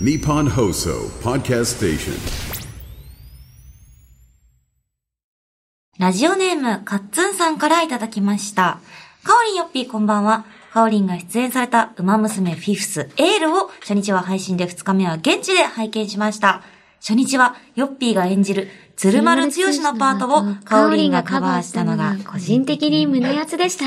Nippon Hoso Podcast Station. ラジオネーム、カッツンさんからいただきました。カオリンよっぴーこんばんは。カオリンが出演された、ウマ娘フィフス、エールを、初日は配信で2日目は現地で拝見しました。初日は、よっぴーが演じる、鶴丸強しのパートを、カオリンがカバーしたのが、個人的に胸熱でした。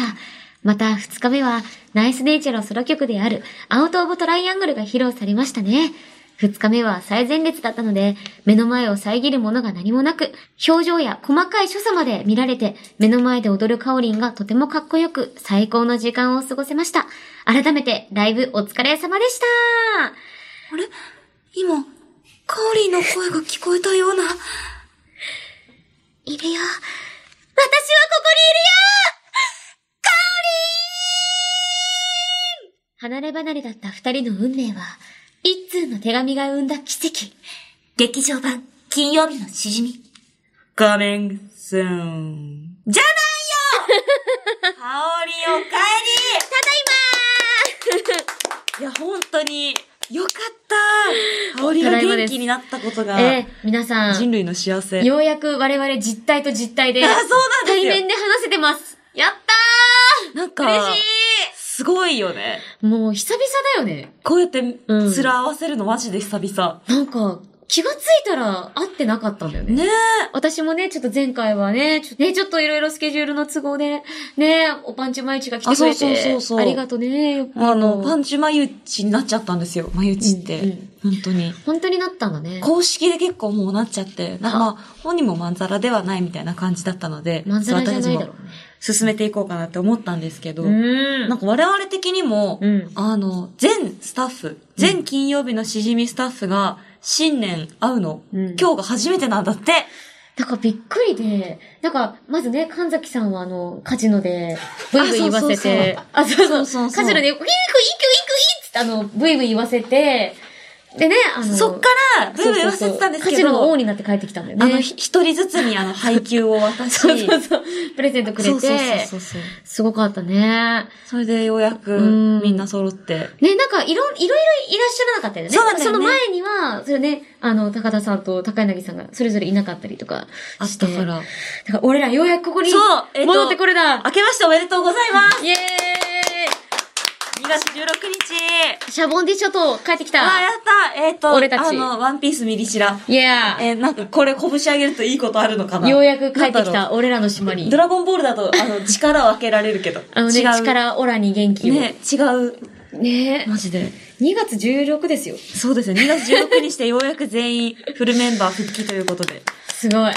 また、二日目は、ナイスネイチャーのソロ曲である、アウト・オブ・トライアングルが披露されましたね。二日目は最前列だったので、目の前を遮るものが何もなく、表情や細かい所作まで見られて、目の前で踊るカオリンがとてもかっこよく、最高の時間を過ごせました。改めて、ライブお疲れ様でした。あれ今、カオリンの声が聞こえたような。いるよ。私はここにいるよカオリン離れ離れだった二人の運命は、一通の手紙が生んだ奇跡。劇場版、金曜日のしじみ。coming soon. じゃないよ香りお帰りただいまーいや、本当に、よかった香りが元気になったことが、ええ、皆さ人ん、類の幸せ。ようやく我々実体と実体で、あそうなんです対よ面で話せてます。やっなんたーか嬉、しすごいよね。いもう久々だよね。こうやって、うん面合わせるのマジで久々。なんか、気がついたら会ってなかったんだよね。ねえ。私もね、ちょっと前回はね、ちょ,、ね、ちょっといろいろスケジュールの都合で、ね、おパンチ毎日が来てくれて、あそうそうそうそうありがとね。あの、パンンチ眉打ちになっちゃったんですよ。眉打ちって。うんうん本当に。本当になったんだね。公式で結構もうなっちゃって、なあまあ、本人もまんざらではないみたいな感じだったので、まんざらじゃないちだょろっと私たうね。ちも進めていこうかなって思ったんですけど、うなんか我々的にも、うんあの、全スタッフ、全金曜日のしじみスタッフが、新年会うの、うん今日が初めてなんだって、なんかびっくりで、なんか、まずね、神崎さんはあの、カジノで、ブイブイ言わせて、あ、そうそうそうそうそうカジノで、ウィーク、イーク、イーク、イークって、あの、ブイブイ言わせて、でね、あの、そっから、ブーブー言わせてたんですそうそうそうカけジノのど、王になって帰ってきたんだよね。あの、ひ一人ずつにあの、配給を渡し、 そうそうそう、プレゼントくれそうそうて、そうそうすごかったね。それでようやくうん、みんな揃って、ね、なんかいろ、いろいろいらっしゃらなかったよね。そうなんだよねの前には、それね、あの、高田さんと高柳さんがそれぞれいなかったりとかあっして。たか。ら。だから俺らようやくここにそうえっと戻ってこれだ、明けましておめでとうございますイエ2月16日ーイシャボンディ諸島帰ってきあー、やたったえっ、と、俺たちあの、ワンピースミリシラ。イエえーなんかこれ拳上げるといいことあるのかーなイようやく帰っなてきんだろた俺らの島うにド。ラゴンボールだと、あの、力を分けられるけど。 あのね、違う。力オラに元気を。ね、違う。ねマジで。 2月16ですよ。そうですね。2月16にしてようやく全員フルメンバー復帰ということ で。よすごい。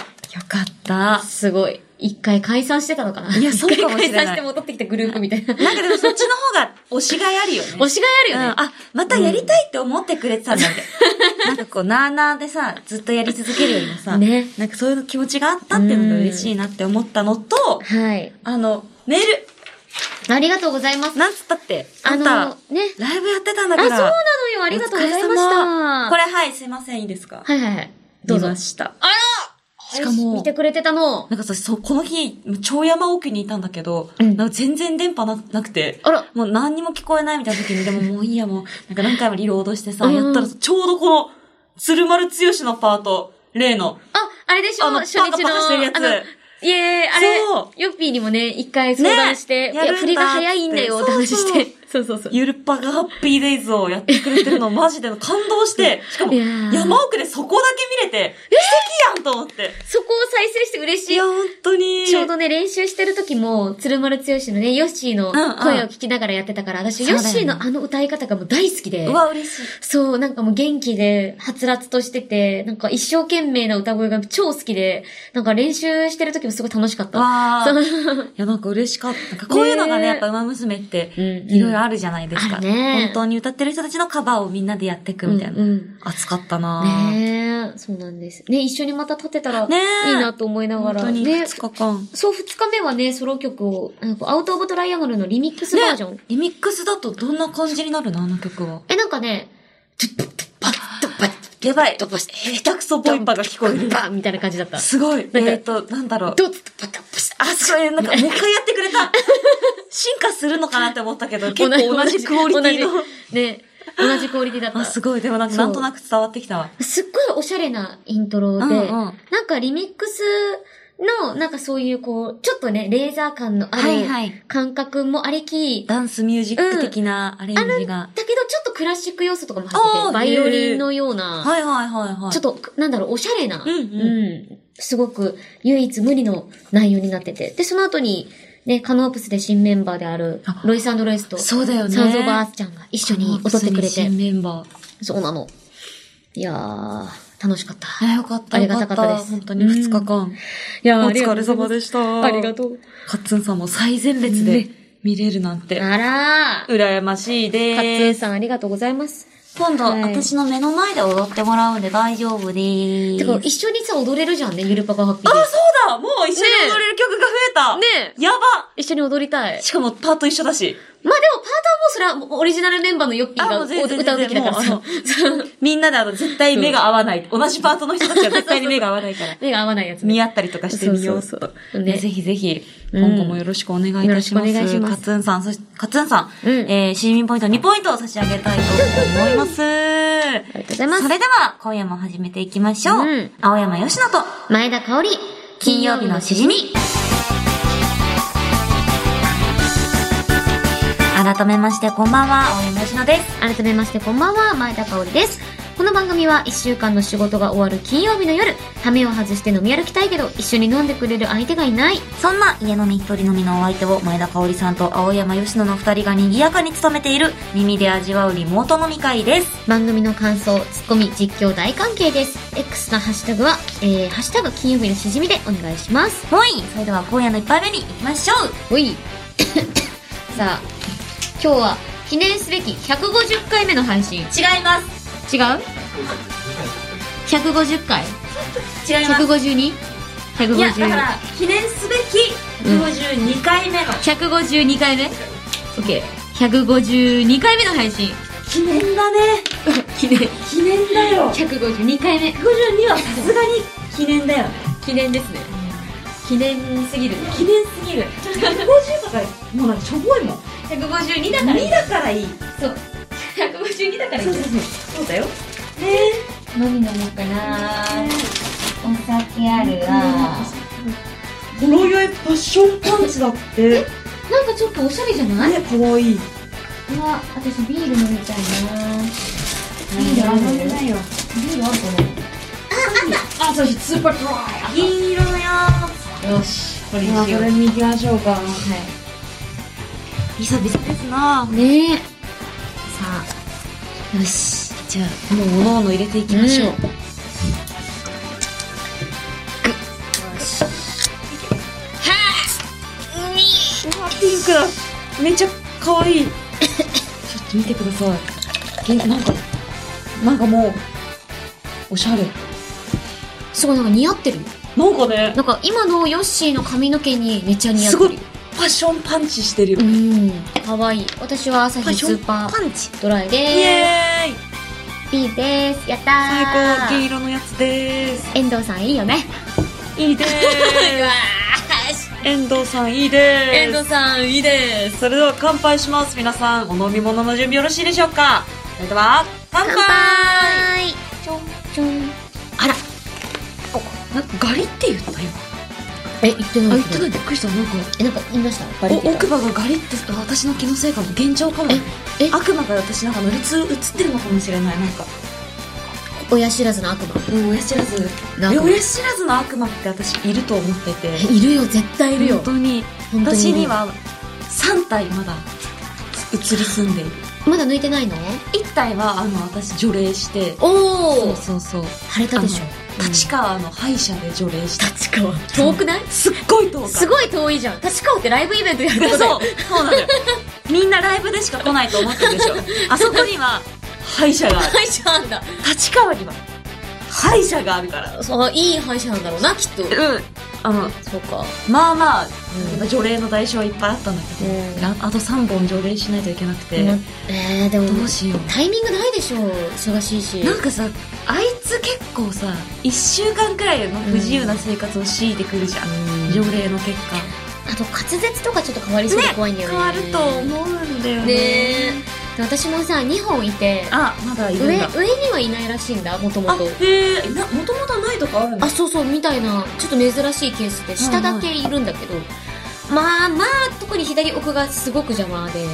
かった。すごい。一回解散してたのかないいやそうかもしれない一回解散して戻ってきたグループみたいな。なんかでもそっちの方が推しがいあるよね。推しがいあるよね。うん、あ、またやりたいって思ってくれてたんだって。なんかこう、なーなーでさ、ずっとやり続けるよりもさ、ねなんかそういう気持ちがあったっていうのが嬉しいなって思ったのと、はい。あの、メーありがとうございますル、。なんつったって、ああんのた、、ね。ライブやってたんだあ、かそうら。なのよ。ありがとうございましお疲れ様た。これはい、すいません、いいですかはいはいはい。どうぞ見ま。した。あらしかも見てくれてたの。なんかさ、そう、この日、超山奥にいたんだけど、うんなんか全然電波ななくて、あら。もう何にも聞こえないみたいな時に、でももういいや、もう、なんか何回もリロードしてさ、うんやったらさちょうどこの、鶴丸剛のパート、例の、あ、あれでしょあの初日の。パカパカしてるやつあのいえ、あれそ、ヨッピーにもね、一回相談して、ねいやるんや、だ振りが早いんだよって話して。そうそうそう。ゆるっぱがハッピーデイズをやってくれてるの、マジで感動して、しかも、いやー山奥でそこだけ見れて、奇跡やんと思って。そこを再生して嬉しいいや、。本当に。ちょうどね、練習してる時も、鶴丸剛のね、ヨッシーの声を聞きながらやってたから、私、そうだヨよッねシーのあの歌い方がもう大好きで。うわ、嬉しい。そう、なんかもう元気で、はつらつとしてて、なんか一生懸命な歌声が超好きで、なんか練習してる時もすごい楽しかった。わそうー。いや、なんか嬉しかった。なんかこういうのがね、ねやっぱ馬娘って、うんいろいろあるじゃないですか。あるね本当に歌ってる人たちのカバーをみんなでやっていくみたいな。うんうん熱かったなぁねえ、そうなんです。ね、一緒にまた立てたら、ねえいいなと思いなが本ら。当にね2、日間。そう、二日目はね、ソロ曲を、なんかアウトオブトライアングルのリミックスバージョン。ね、リミックスだとどんな感じになるのあの曲は。え、なんかね、やばい。下手くそボイパが聞こえる。バーンみたいな感じだった。すごい。えなんかーと、なんだろう。ドツパタパシあ、それ、なんか、もう一回やってくれた。進化するのかなって思ったけど、結構同じクオリティの。同じね。同じクオリティだった。あ、すごい。でもなんか、なんとなく伝わってきたわ。すっごいおしゃれなイントロで、うんうんなんかリミックスの、なんかそういうこう、ちょっとね、レーザー感のあはいはいる感覚もありき、ダンスミュージック的なアレあるンジんだが。けどちょっとクラシック要素とかも入っておて、ーバイオリンのような、はいはいはいはい。ちょっと、なんだろう、おしゃれな、うんうんすごく唯一無二の内容になってて。で、その後に、ね、カノープスで新メンバーであるあ、ロイスロイスと、そうだよねサウゾーバースちゃんが一緒に踊ってくれて新。メンバー。そうなの。いやー、楽しかった。あ、よかった。ありがたかったですよ本当に2日間。いやお疲れ様でしした。ありがとう。カッツンさんも最前列でね見れるなんて、あらー。羨ましいカッツでンす。さんありがとうございます。今度、はい私の目の前で踊ってもらうんで大丈夫でーてす。か、一緒にさ、踊れるじゃんね、ゆるパパハッピーあ、で。そうだもう一緒に踊れる曲が増えたねえやば一緒に踊りたい。まあでもしかもパート一緒だし。、パートはもうそれはオリジナルメンバーのヨッピーあがもう全然歌うべきだから全然もさ。う。みんなであの、絶対目が合わない。同じパートの人たちは絶対に目が合わないから 目が合わないやつね。見合ったりとかしてみようそうと。そうそうねねぜひぜひ、うん今後もよろしくお願いいたします。よろしくお願いしますカツンさん、そして、カツンさん、うんえー、市民ポイント2ポイントを差し上げたいと思います。ありがとうございますそれでは、今夜も始めていきましょう。うん青山よしのと、前田香織、金曜日のしじみ。改めまして、こんばんは、青山よしのです。改めましてこんばんは、前田香織です。この番組は一週間の仕事が終わる金曜日の夜、ためを外して飲み歩きたいけど、一緒に飲んでくれる相手がいない。そんな家飲み一人飲みのお相手を前田香織さんと青山吉野の二人が賑やかに務めている耳で味わうリモート飲み会です。番組の感想、ツッコミ、実況大歓迎です。X のハッシュタグは、えー、ハッシュタグ金曜日のしじみでお願いします。ほい、それでは今夜の一杯目に行きましょうほい。 さあ、今日は記念すべき150回目の配信。違う違います。 ?150 回違います。いや、だか ?152?152 ら、記念すべき152回目の、 152回目 ?OK。152回目の配信。記念だね。記念。記念だよ。 152回目。 152はさすがに記念だよ。記念ですね。記念すぎる。記念すぎる。150とか、もうなんかしょぼいもん。 152だからいい2。だからいい。そう。152だからいい。そうだよ。ね何飲もうかなお酒あるわこの酔いパッションパンチだって。ねなんかちょっとおしゃれじゃない、う可愛い。わ私ビール飲みたいなビールある飲めないよ。ビールあるかあ、そうスーパードライ。銀色のやなよしこれつ。にしようはに行きましょうか。久々ですな。いねえさあよしじゃあ、もう各々入れていきましょう。うんグッよし。はぁうわ、ピンクだ。めっちゃ可愛い。ちょっと見てください。え、なんか、なんかもう、おしゃれ。すごいなんか似合ってるなんかね、なんか今のヨッシーの髪の毛にめっちゃ似合っすてごるいパッションパンチしてるよ。うんかわいい私は朝パッ日シスョンーパパーンチ。ドライイでエーイすピーですやったー最高銀色のやつです遠藤さんいいよねいいです 遠藤さんいいですさんいいですそれでは乾杯します皆さんお飲み物の準備よろしいでしょうかそれでは乾杯乾杯ちょんちょんあらなんかガリって言った今え言ってあな言いってないびっくりしたなんかえなんか言いましたバレておた奥歯がガリってあ私の気のせいかも幻聴かもええ悪魔が私なんか乗りつ映ってるのかもしれないなんか親知らずの悪魔うん親知らずなんえか親知らずの悪魔って私いると思っててえいるよ絶対いるよ本当に本当に私いるには3体まだ移り住んでいるまだ抜いてないの1体はあの私除霊しておそおうそうそう腫れたでしょあの立川の歯医者で除霊した立川遠くないすっごい遠かったすごい遠いじゃん立川ってライブイベントやる ことだそようそうなのよみんなライブでしか来ないと思ってるでしょあそこには歯医者がある歯医者なんだ立川には歯医者があるからそういい歯医者なんだろうなきっとうんあのそうかまあまあ、んやっぱ除霊の代償はいっぱいあったんだけど、うんああと3本除霊しないといけなくて、まえー、でもどうしようタイミングないでしょう忙しいしなんかさあいつ結構さ1週間くらいの不自由な生活を強いてくるじゃん、うん条例の結果あと滑舌とかちょっと変わりそうで怖いんだよね変わると思うんだよねねえで私もさ、2本いて、あ、まだい上、るんだ。上にはいないらしいんだ、もともあと。、へえ、な、もともとないとかあるんだあ、。そうそう、みたいな、ちょっと珍しいケースで、下だけいるんだけど、まあまあ、特に左奥がすごく邪魔で、る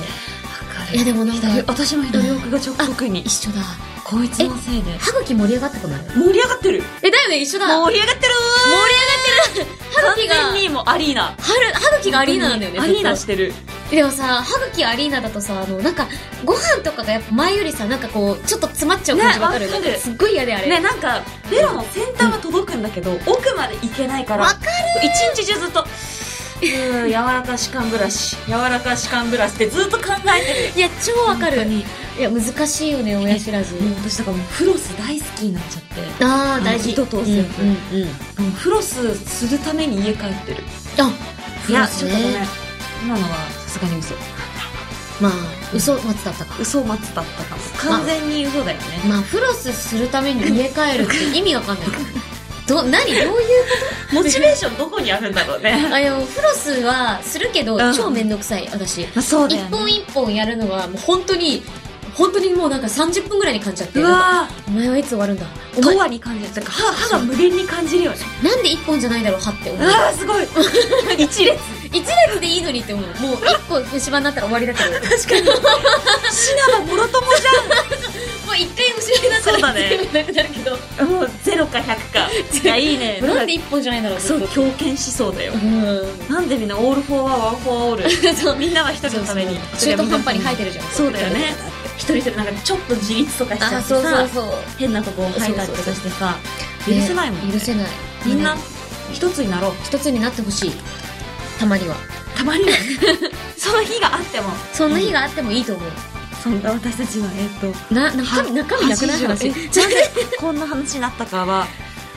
いやでもなんか左私も左奥がちょっと特に、一緒だ。こいつのせいで。歯茎盛り上がったことない盛り上がってるえ、だよね、一緒だ。盛り上がってる盛り上がってる歯茎ーが、完全にもうアリーナ。歯る歯茎がアリーナなんだよね。アリーナずしってる。とでもさ、歯茎アリーナだとさ、あの、なんか、ご飯とかがやっぱ前よりさ、なんかこう、ちょっと詰まっちゃう感じねわかる、わかるなんかすっごい嫌であれ。ね、なんか、ベロの先端は届くんだけど、奥まで行けないから。わかる一日中ずっと、うーん、柔らか歯間ブラシ、柔らか歯間ブラシってずっと考えてる。いや、超わかる。本当にいや、難しいよね、親知らず。もう私だからもうフロス大好きになっちゃって。ああ、大事。糸通すやつうんうんうんもうフロスするために家帰ってる。あ、いや、そちうょっでとごめすんね。。今のはさすがに嘘。まあ、嘘待つだったか。嘘を待つだったかも。完全に嘘だよね。まあ、フロスするために家帰るって意味わ かんない。ど、何どういうモチベーションどこにあるんだろう ね。あのフロスはするけど、うん超めんどくさい私あそうだ一よね本一本やるのはもう本当に本当にもうなんか30分ぐらいに感じちゃってうなんかわお前はいつ終わるんだおー、前とわに感じる。だから歯歯が無限に感じるよね。なんで一本じゃないだろう歯って思ううわー、すごい。 一列。一列でいいのにって思うもう一個虫歯になったら終わりだけど もう確かに。シナがもろとも一回虫歯になったそうだら ね全部なくなるけど、じゃん。もうゼロか100か。 いや、いいね。なんで一本じゃないだろうそう、う強権思想だよ。んなんでみんなオールフォーワン、ワンフォーオー ル。そうみんなは一人のために。中途半端に生えてるじゃんそうだよね。一人一人なんかちょっと自立とかしちゃってあさ。そうそうそう変なとこ生えたりとかしてさ許せないもん、ね許せないみんな一つになろう一つになってほしいたまにはたまにはその日があってもそんな日があってもいいと思うそんな私たちのえっとな中身中身なくない話80えなんでこんな話になったかは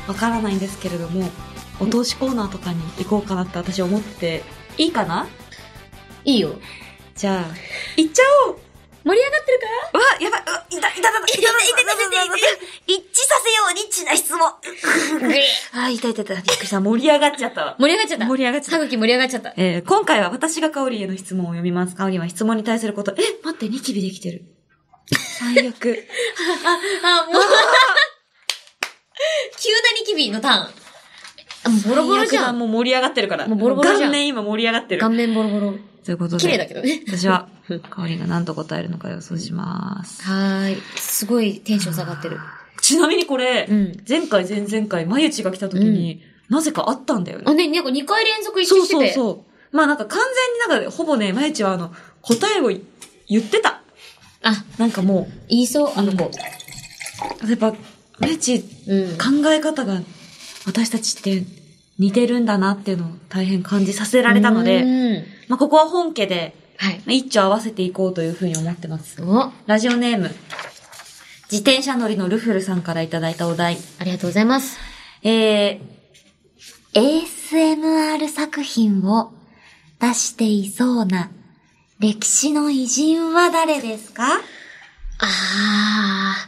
わからないんですけれどもお通しコーナーとかに行こうかなって私思っていいかないいよじゃあ行っちゃおう盛り上がってるかうわやばいうわいたいたいたいたいたいたいたい一致させよう、ニッチな質問。たあいたいたいたびっくりした盛り上がっちゃったわ盛り上がっちゃった盛り上がっちゃった歯茎盛り上がっちゃったえー今回は私がカオリンへの質問を読みます。カオリンは質問に対すること、え、待って、ニキビできてる。最 悪。あもう 急なニキビのターンあボロボロじ最悪ゃだんもう盛り上がってるから。もうボロボロじゃん顔面今盛り上がってる顔。面ボロボロということで。綺麗だけどね私は、カオリンが何と答えるのか予想します。はーいすごいテンション下がってるちなみにこれ、うん前回、前々回、まゆちが来た時に、なぜかあったんだよあね。ねなんか2回連続一そ致うしてそうてそう。まあなんか完全になんか、ほぼね、まゆちはあの、答えを言ってた。あなんかも言いそうあの子う、やっぱ、まゆち、うん考え方が私たちって似てるんだなっていうのを大変感じさせられたのうで、んまあ、ここは本家ではいまあ一丁合わせていこうというふうに思ってます。おあラジオネーム、自転車乗りのルフルさんからいただいたお題。りがとうございますえー、 ASMR 作品を出していそうな歴史の偉人は誰ですかこんにああ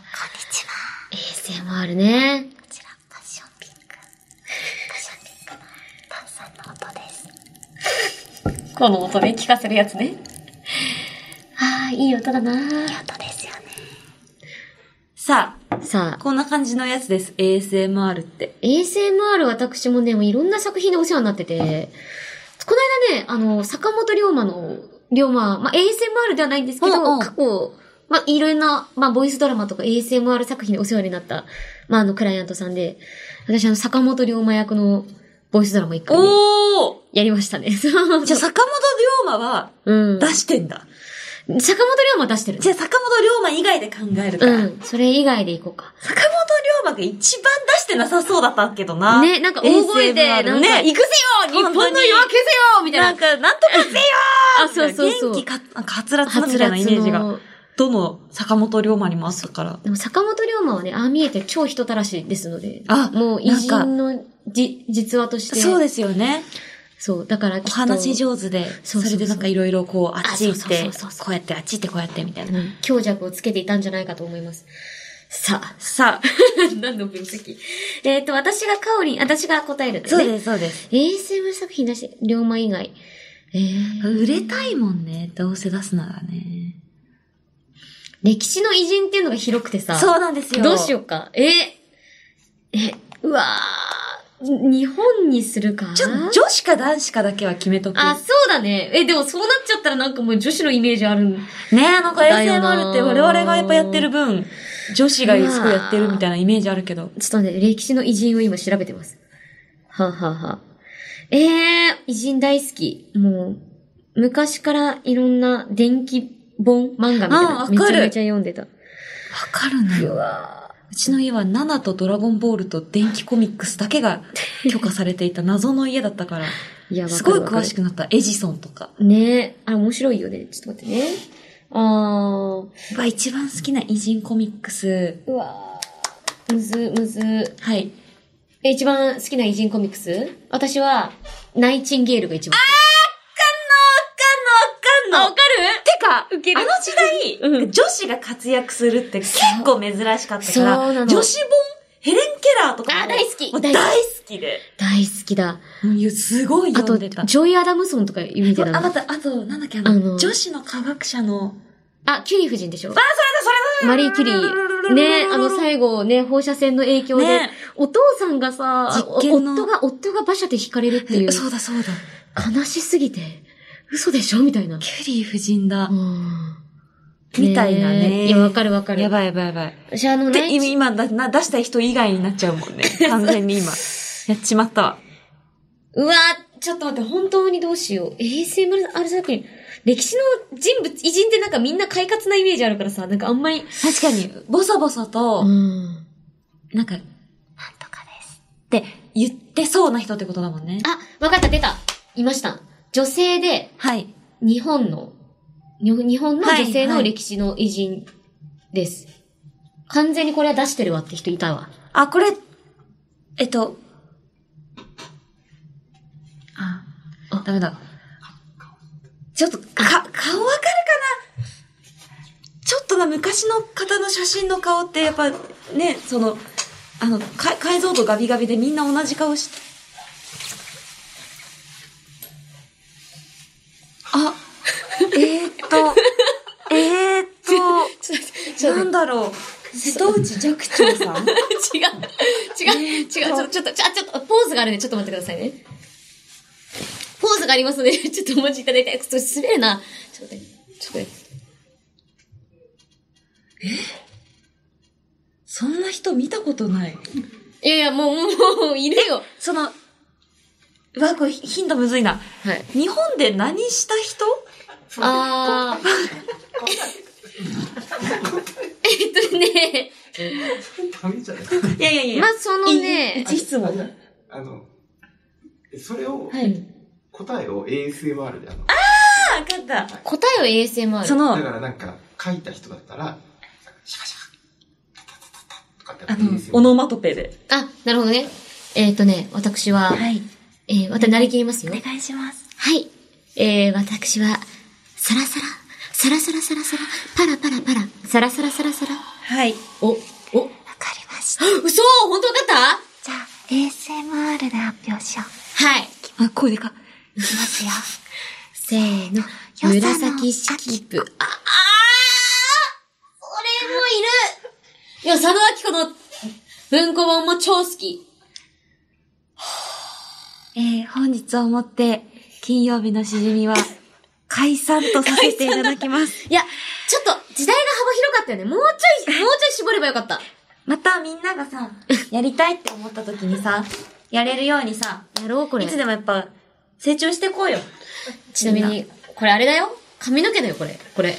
ちは。 ASMR ねこちら、パッションピンク。パッションピンクの炭酸の音です。この音ね、聞かせるやつね。ああ、いい音だな音ですよね。さあ、さあ、こんな感じのやつです。ASMR って。 ASMR 私もね、もういろんな作品でお世話になってて、この間ね、あの、坂本龍馬の、龍馬、まあ、ASMR ではないんですけうんうど、ん過去、まあ、いろんな、まあ、ボイスドラマとか ASMR 作品でお世話になった、まあ、あの、クライアントさんで、私、あの、坂本龍馬役のボイスドラマ一回ね、おやりましたね。 ーじゃあ坂本龍馬はうん。出坂してんだ。本龍馬出してる。じゃあ坂本龍馬以外で考えるかうら。ん。それ以外でいこうか。坂本龍馬が一番出してなさそうだったけどな。ね、なんか大声で、 ASMR なんねか、行くぜよ日本当本にの夜明けぜよみたいな。なんか、なんとかせよー あそうそうそう元気か、なんか、はつらつなみたいなイメージが、。どの坂本龍馬にもあったから。でも坂本龍馬はね、ああ見えて超人たらしですので。あもう偉人のじ、実話として。そうす。ですよね。そう、だからきっおと。話上手で、そうそうそうそれでなんかいろいろこう、あっち行っあそてうそうそう、そうこうやって、あっち行って、こうやって、みたいうな。、ん強弱をつけていたんじゃないかと思います。さあ さあ、何の分析えっと、私がカオリン、私が答えるんだよね。す。す、そうです。 ASM 作品なし、龍馬以外。えー売れたいもんね、どうせ出すならね。歴史の偉人っていうのが広くてさ、そうなんですよ。どうしよようか。え、え、うわー日本にするかちょっと女子か男子かだけは決めとく。あ、そうだね。え、でもそうなっちゃったらなんかもう女子のイメージある。う。ねえ、なんかだ衛よ星もなあるって我々がやっぱやってる分、女子がすごいやってるみたいなイメージあるけど。ちょっとね、歴史の偉人を今調べてます。はあ、はあはあ、えー、偉人大好き。もう、昔からいろんな電気本漫画みたいあな。わかるめちゃめちゃ読んでた。かるのう。わうちの家はナナとドラゴンボールと電気コミックスだけ が許可されていた謎の家だったから、ーいや、わかるすごいわかる詳しくなった。エジソンとか。ねえ、あ、面白いよね。ちょっと待ってね。あうわ、一番好きな偉人コミックス。ー、うわー、むず、むず。はい。え、一番好きな偉人コミックス私は、ナイチンゲールが一番かんのあわかんのわかんのわかるてか、ウケるあの時代、うん女子が活躍するって結構珍しかったかそうなら、の女子本、ヘレン・ケラーとかも。あ大好きもう大大好き好きで。大好きだ。うんいやすごいあ読と、んジでた。ョイ・アダムソンとか読みてたあ、まな。た、あと、なんだっけ、ああの、の女子の科学者の、あ、キュリー夫人でしょそれマリー・キュリー。ね、あの最後ね、放射線の影響で、ねお父さんがさ、お実験の夫が、夫が馬車で引かれるっていう、そうだそうだ。悲しすぎて、嘘でしょみたいな。キュリー夫人だう。んみたいなねいや、わかるわかる。やばいやばいやばい。私あので、ね、今今だな出した人以外になっちゃうも んね。完全に今。やっちまったわ。うわ、ちょっと待って、本当にどうしよう。ASMR 作品。歴史の人物、偉人ってなんかみんな快活なイメージあるからさ、なんかあんまり。確かに、ボソボソと、ん。なんか、なんとかです。って言ってそうな人ってことだもんね。あ、わかった、出た。いました。女性で、はい。日本の、に日本の女性はのいはい歴史の偉人です。完全にこれは出してるわって人いたわ。あ、これ、えっと、あ、あダメだ。ちょっと、か、顔わかるかなちょっとな、昔の方の写真の顔って、やっぱ、ね、その、あの、か解像度ガビガビでみんな同じ顔し、あ、えー、っと、えー、っ ちょっと待って、と、なんだろう、瀬戸内寂聴さん違う、違う、違う、ちょっと、ちょっと、ちょっと、ポーズがあるんで、ちょっと待ってくださいね。ポーズがありますので、 ちょっとお待ちいただいて、ちょっと滑るな。ちょっと待って、ちょっと待ってそんな人見たことない。いやいや、もう、もう、もう、いるよ。その、うわ、これ頻度むずいな。はい。日本で何した人あ ー。えっとね、紙じゃないですか。いやいやいや。まあそのねい一質問。ああの、それを、い。答えを ASMR であの、あ、わかった。答えを ASMR。そだの、からなんか、書いた人だったら、シャカシャカ、タタタタタとかあってやのって、オノマトペで。あ、なるほどね。えっ、とね、私は、い。えー、またなりきりますよ。お願いします。はい。えー、私は、サラサラ、サラサラサラサラ、パラパラパラ、サラサラサラサラ。はい。お、お、わかりました。嘘本当わかったじゃあ、ASMR で発表しよう。はい。あ、声でか。いき ますよ。せーの、よさの紫式部。あ、あーそれもいるよ、佐野明子の文庫本も超好き。えー、本日をもって、金曜日のしじみは、解散とさせていただきます。いや、ちょっと時代が幅広かったよね。もうちょい、もうちょい絞ればよかった。またみんながさ、やりたいって思った時にさ、やれるようにさ、やろう、これいつでもやっぱ、成長してこうよ。ちなみに、これあれだよ。髪の毛だよ、これ。これ。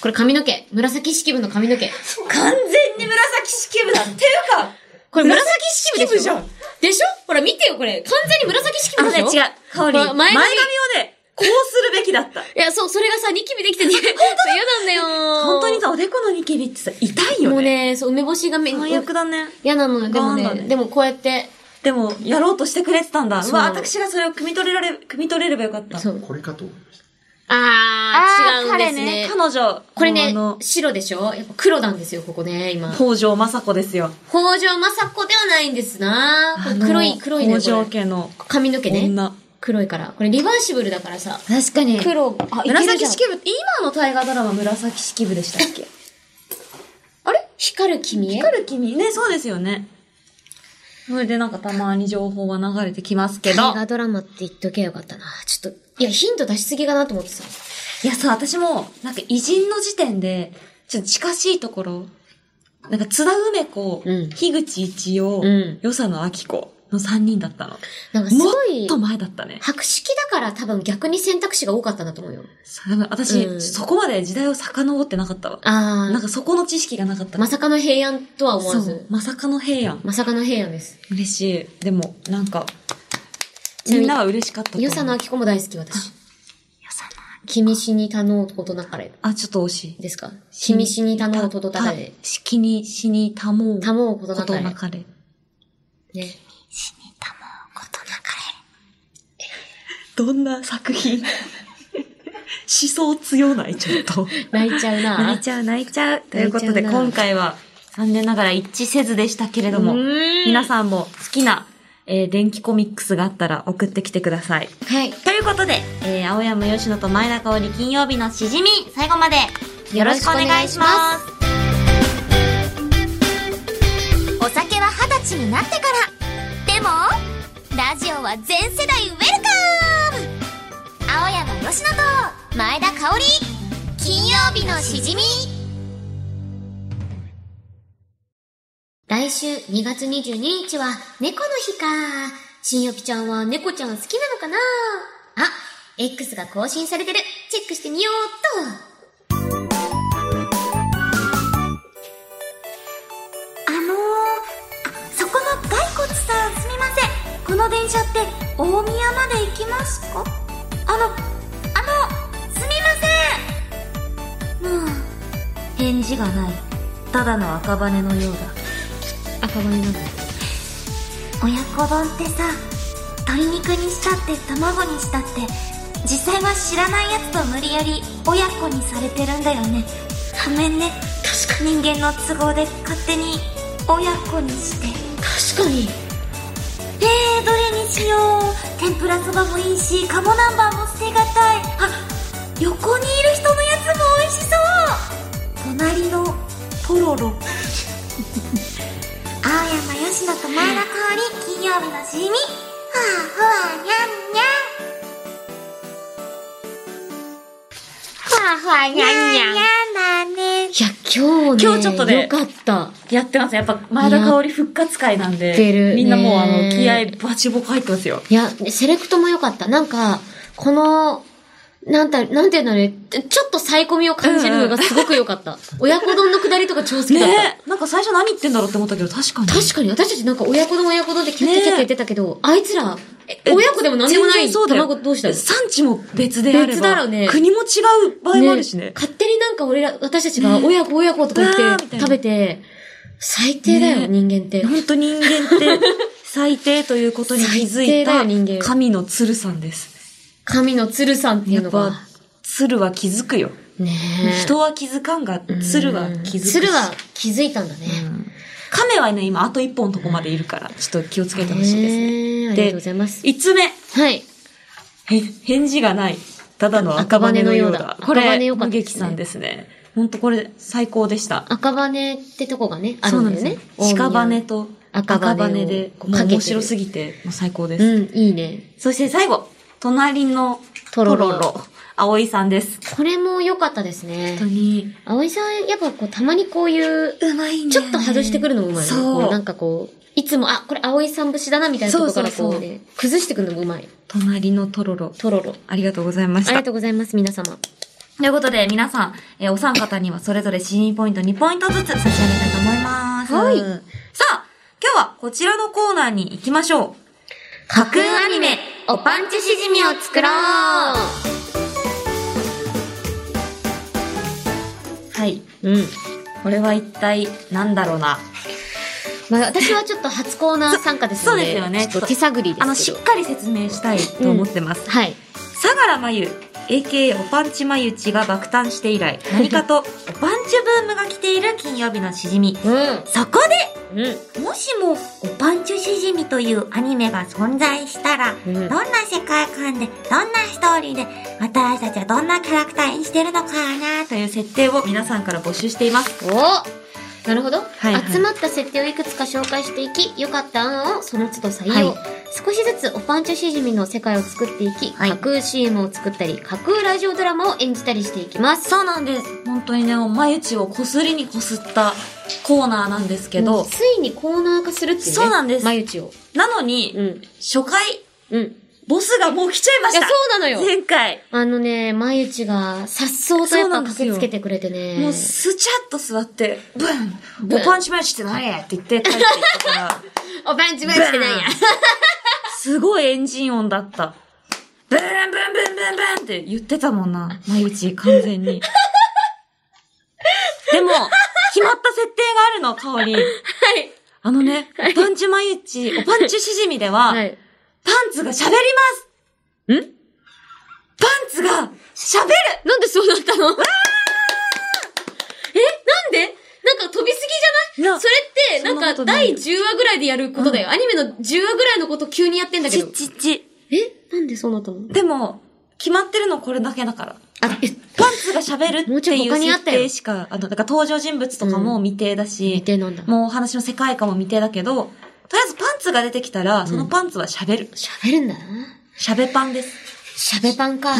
これ髪の毛。紫式部の髪の毛。完全に紫式部だっていうか、 これ紫式部でし紫式部ょじゃんでしょほら見てよ、これ。完全に紫式あ部のでね、しょ違う。香り。これ前前髪髪。をね、こうするべきだった。いや、そう、それがさ、ニキビできてて、本当嫌なんだよー。本当にさ、おでこのニキビってさ、痛いよね。もうね、そう、梅干しがめ、最悪だね。嫌なのよ。でもガーンだね、ねでもこうやって、でも、やろうとしてくれてたんだ。そううわ、私がそれを汲み取れられ、汲み取れればよかった。そう。これかと思いました。あー、違うんですね。彼女。これねもうあの、、白でしょやっぱ黒なんですよ、ここね、今。北条政子ですよ。北条政子ではないんですなこれ黒あい、の黒いね。北条これ家の髪の毛ね。女。黒いから。これリバーシブルだからさ。確かに黒、あ、いけるじゃん紫式部、今の大河ドラマ紫式部でしたっけ光る君へ光る君ね、そうですよね。それでなんかたまに情報は流れてきますけど大。河ドラマって言っときゃよかったな。ちょっと、いや、ヒント出しすぎかなと思ってさ。いや、そう、私も、なんか偉人の時点で、ちょっと近しいところ、なんか津田梅子、うん樋口一葉、うん与謝野明子の3人だったの。なんかすもごいっ、と前だったね。白色だから多分逆に選択肢が多かったんだと思うよ。さ私、うんそこまで時代を遡ってなかったわ。あなんー、かそこの知識がなかった。まさかの平安とは思わそうず。。まさかの平安。まさかの平安です。嬉しい。でも、なんか、ちなみにみんなは嬉しかったと思うよさのあきこも大好き、私。君死に頼むことなかれ。あ、ちょっと惜しい。ですか君死に頼むことなかれ。しきにしにたもう。頼むことなこかとれな。かれ。ね。どんな作品思想強ない、ちょっと。泣いちゃうな。泣いちゃう、泣いちゃう。と泣いいうちゃうなことで、今回は、残念ながら一致せずでしたけれども、皆さんも好きな、えー電気コミックスがあったら送ってきてください。はい。ということで、えー青山吉野と前田香織金曜日のしじみ、最後までよろしくお願いします。お酒は二十歳になってからでもラジオは全世代ウェルカム青山佳乃と前田香織金曜日のしじみ来週2月22日は猫の日か。新よぴちゃんは猫ちゃん好きなのかなあ、X が更新されてる。チェックしてみようっと。あのー、あそこの骸骨さんすみません。この電車って大宮まで行きますかあの、あの、すみません。うん。返事がない。ただの赤羽のようだ。赤羽なの親子丼ってさ、鶏肉にしたって卵にしたって、実際は知らないやつと無理やり親子にされてるんだよね。ごめんね。人間の都合で勝手に親子にして確かに。えー、どれにしよう天ぷらそばもいいしカモナンバーも捨てがたいあ横にいる人のやつも美味しそう隣のとろろ青山佳乃と前田香織金曜日のしじみふわふわにゃんにゃんふわふわにゃんにゃんいや、今日今ね。日ちょっとねよかった。やってます。やっぱ、前田香織復活会なんやってでるね、みんなもうあの、気合バチボコ入ってますよ。いや、セレクトもよかった。なんか、この、なんた、なんていうのね、ちょっとサイコミを感じるのがすごく良か った。親子丼のくだりとか超好きだった。ねなんか最初何言ってんだろうって思ったけど、確かに。確かに、私たちなんか親子丼親子丼ってキャッキャキャッキャ言ってたけど、あいつら、え親子でも何でもな全い然そうだよ卵どうしたの産地も別であれば。別だろうね国も違う場合もあるしね。勝手になんか俺ら、私たちが親子親子とかう言わっーみたていな食べて、最低だよ、ね人間って。本当人間って、最低ということに気づ最低いだよた人間、神の鶴さんです。神の鶴さんっていうやのっがぱ。、鶴は気づくよ。ねえ。人は気づかんが、鶴は気づくし。鶴は気づいたんだね。亀はね、今、あと一本のとこまでいるから、ちょっと気をつけてほしいですねえね。ありがとうございます一つ目。はい。へ返事がない。ただの赤羽のようだ。赤羽のようだこ赤羽れ、よか無ったですね劇さんですね。ほんとこれ、最高でした。赤羽ってとこがね、あるんだよね。大宮屍。と赤赤羽を羽で、こうもうかけてる面白すぎて、もう最高です。うん、いいね。そして最後隣のととろろろろ葵さんですこれも良かったですね。本当に。葵さん、やっぱこう、たまにこういう、うまいんちょっと外してくるのもうまいね。そうこなんかこう、いつも、あ、これ葵さん節だな、みたいなところからこうね、そうそうそ崩してくるのもうまい。隣のとろろ。とろろ。ありがとうございまあしりたが。とうございます、皆様。ということで、皆さん、えーお三方にはそれぞれシーンポイント2ポイントずつ差し上げたいと思います。はいさあ、今日はこちらのコーナーに行きましょう。架空アニメ、おパンチしじみを作ろうはい。うん。これは一体何だろうな。まあ、私はちょっと初コーナー参加ですので、そうそうですよねちょっと手探りですけど。あの、しっかり説明したいと思ってます。はい。相良真由 AKA おパンチまゆちが爆誕して以来、何かとおパンチブームが来ている金曜日のしじうみ。そこでん。うん。もしも、おパンチュしじみというアニメが存在したら、うんどんな世界観で、どんなストーリーで、私たちはどんなキャラクターにしてるのかなという設定を皆さんから募集しています。おなるほど、いはい集まった設定をいくつか紹介していき良かった案をその都度採用、はい少しずつおぱんちゅしじみの世界を作っていき、はい架空 CM を作ったり架空ラジオドラマを演じたりしていきますそうなんです。本当にね、もう眉打ちをこすりにこすったコーナーなんですけど、ついにコーナー化するっていうねそうなんです眉打ちをなのに、うん初回、うんいボスがもう来ちゃいましやたそうなのよ前回。あのね眉打ちがさっそうとやそっうなぱんです駆よけつけてくれてねもうスチャッと座って、ブンブンおパンチマヨチって何やって言って帰っていったから、おパンチマヨチってなんやブーン すごいエンジン音だった。ブンブンブンブンブンって言ってたもんな、毎日完全に。でも、決まった設定があるの、香り。はいあのね、おパンチマユッチ、おパンチしじみでは、はいパンツが喋りますんパンツが喋るなんでそうなったのえ、なんでなんか飛びすぎじゃないなそれって、そなんなこんかとな第い10話ぐらいでやることだよ。アニメの10話ぐらいのこと急にやってんだけちどっ。ちっち。え、なんでそうなったのでも、決まってるのこれだけだから。あ、え、パンツが喋るってもうちょいい他うにあっ設たよ定しか、あの、だから登場人物とかも未定だし、未定なんだもうお話の世界観も未定だけど、とりあえずパンツが出てきたら、そのパンツは喋る。喋るんだな。喋、パンです。喋パンか。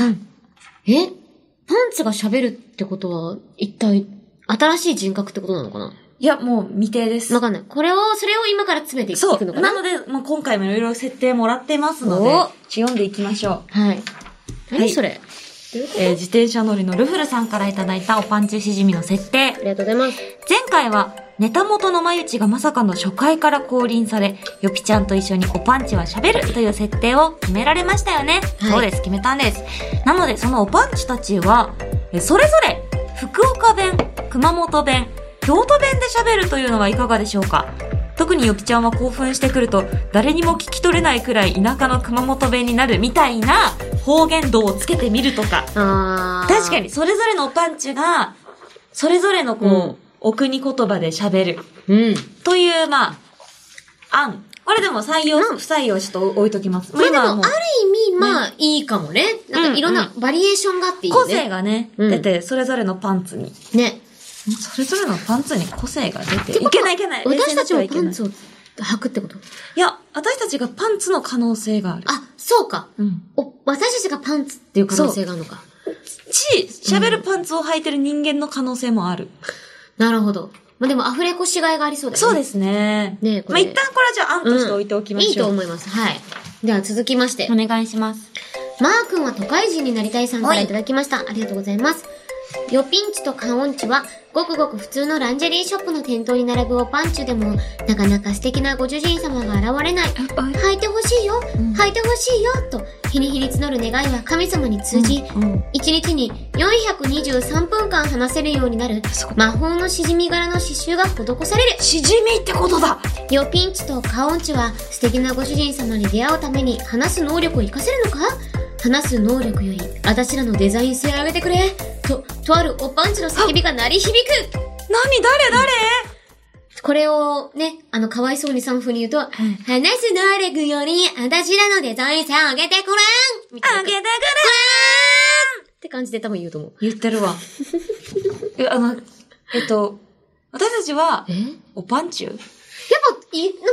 え、パンツが喋るってことは、一体、新しい人格ってことなのかないや、もう未定ですわ。かんない。これを、それを今から詰めていそくう。のかななので、まあ、今回もいろいろ設定もらってますのおで、ちょ読んでいきましょう。はい。は何いそれえー自転車乗りのルフルさんからいただいたおパンチしじみの設定。ありがとうございます。前回は、ネタ元の眉内がまさかの初回から降臨され、よぴちゃんと一緒におパンチは喋るという設定を決められましたよね。はいそうです、決めたんです。なので、そのおパンチたちは、えそれぞれ、福岡弁、熊本弁、京都弁で喋るというのはいかがでしょうか特によぴちゃんは興奮してくると、誰にも聞き取れないくらい田舎の熊本弁になるみたいな方言道をつけてみるとか、あー。確かに、それぞれのおパンチが、それぞれのこう、うんお国言葉で喋る。うん。という、まあ、案。これでも採用、不採用ちょっと置いときます。まあで今はも、ある意味、まあ、いいかもね。なんうか、んいろんなバリエーションがあっていい個よ性ね。がね、うん出て、それぞれのパンツに。ね。それぞれのパンツに個性が出て。っていことけはないいけない。私たちも冷パ静にンなってはいけないツを履くってこといや、私たちがパンツの可能性がある。あ、そうか。うん。お、私たちがパンツっていう可能性があるのか。し、喋るパンツを履いてる人間の可能性もある。なるほど。まあでも、アフレコしがいがありそうだよね。。そうですすね。ねえこまあれ一旦これはじゃあ案として置いておきましょう。いいと思います。はい。では、続きまして。お願いします。マー君は都会人になりたいさんからいただきました。ありがとうございます。よピンチとカオンチは、ごくごく普通のランジェリーショップの店頭に並ぶおパンチュでも、なかなか素敵なご主人様が現れない。履いてほしいよ、履いてほしいよ、と、日に日に募る願いは神様に通じ、一1日に423分間話せるようになる、魔法のしじみ柄の刺繍が施される。しじみってことだよピンチとカオンチは素敵なご主人様に出会うために話す能力を活かせるのか話す能力より私らのデザイン性を上げてくれと、とあるおパンチの叫びが鳴り響く何誰誰これをね、あの、かわいそうにさん風に言うと、話す能力より私らのデザイン性を上げてくれんみたいな。あげてくれって感じで多分言うと思う。言ってるわ。 え、あの、えっと、私たちはえ、やっぱ、おパンチュっい、なんか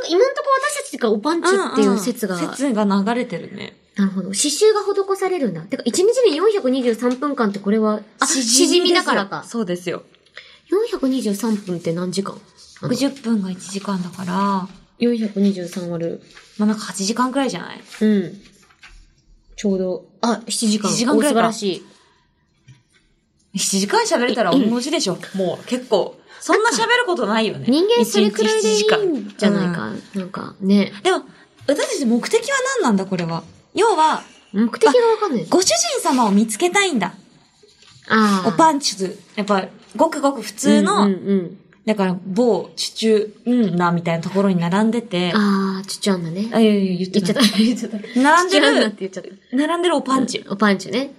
今んとこ私たちがおパンチっていう説が、説が流れてるね。なるほど。刺繍が施されるんだ。てか、1日に423分間ってこれは、あ、しじみですだよからか。そうですよ。 423分って何時間あの60分が1時間だから、ま ?423 割る。あなんか8時間くらいじゃないうん。ちょうど、あ、7時間。 7時間ぐらいかお素晴らしい。 ?7 時間喋れたら同じでしょ。もう結構。そんな喋ることないよね。人間それくらいでい一日7いんじゃないうんか。なんか、ね。でも、私たち目的は何なんだ、これは。要は、目的がわかんない。ご主人様を見つけたいんだ。あおンパンチュズ。やっぱ、ごくごく普通の、うんうんだから、某、チュチュ、うんな、みたいなところに並んでて、ああ、ちっちゃんだねあ、。いやいや、言って言っちゃっないた。言っちゃった。並んでちっちゃなっるて、言っちゃった。並んでるおパンチ。おパンチね。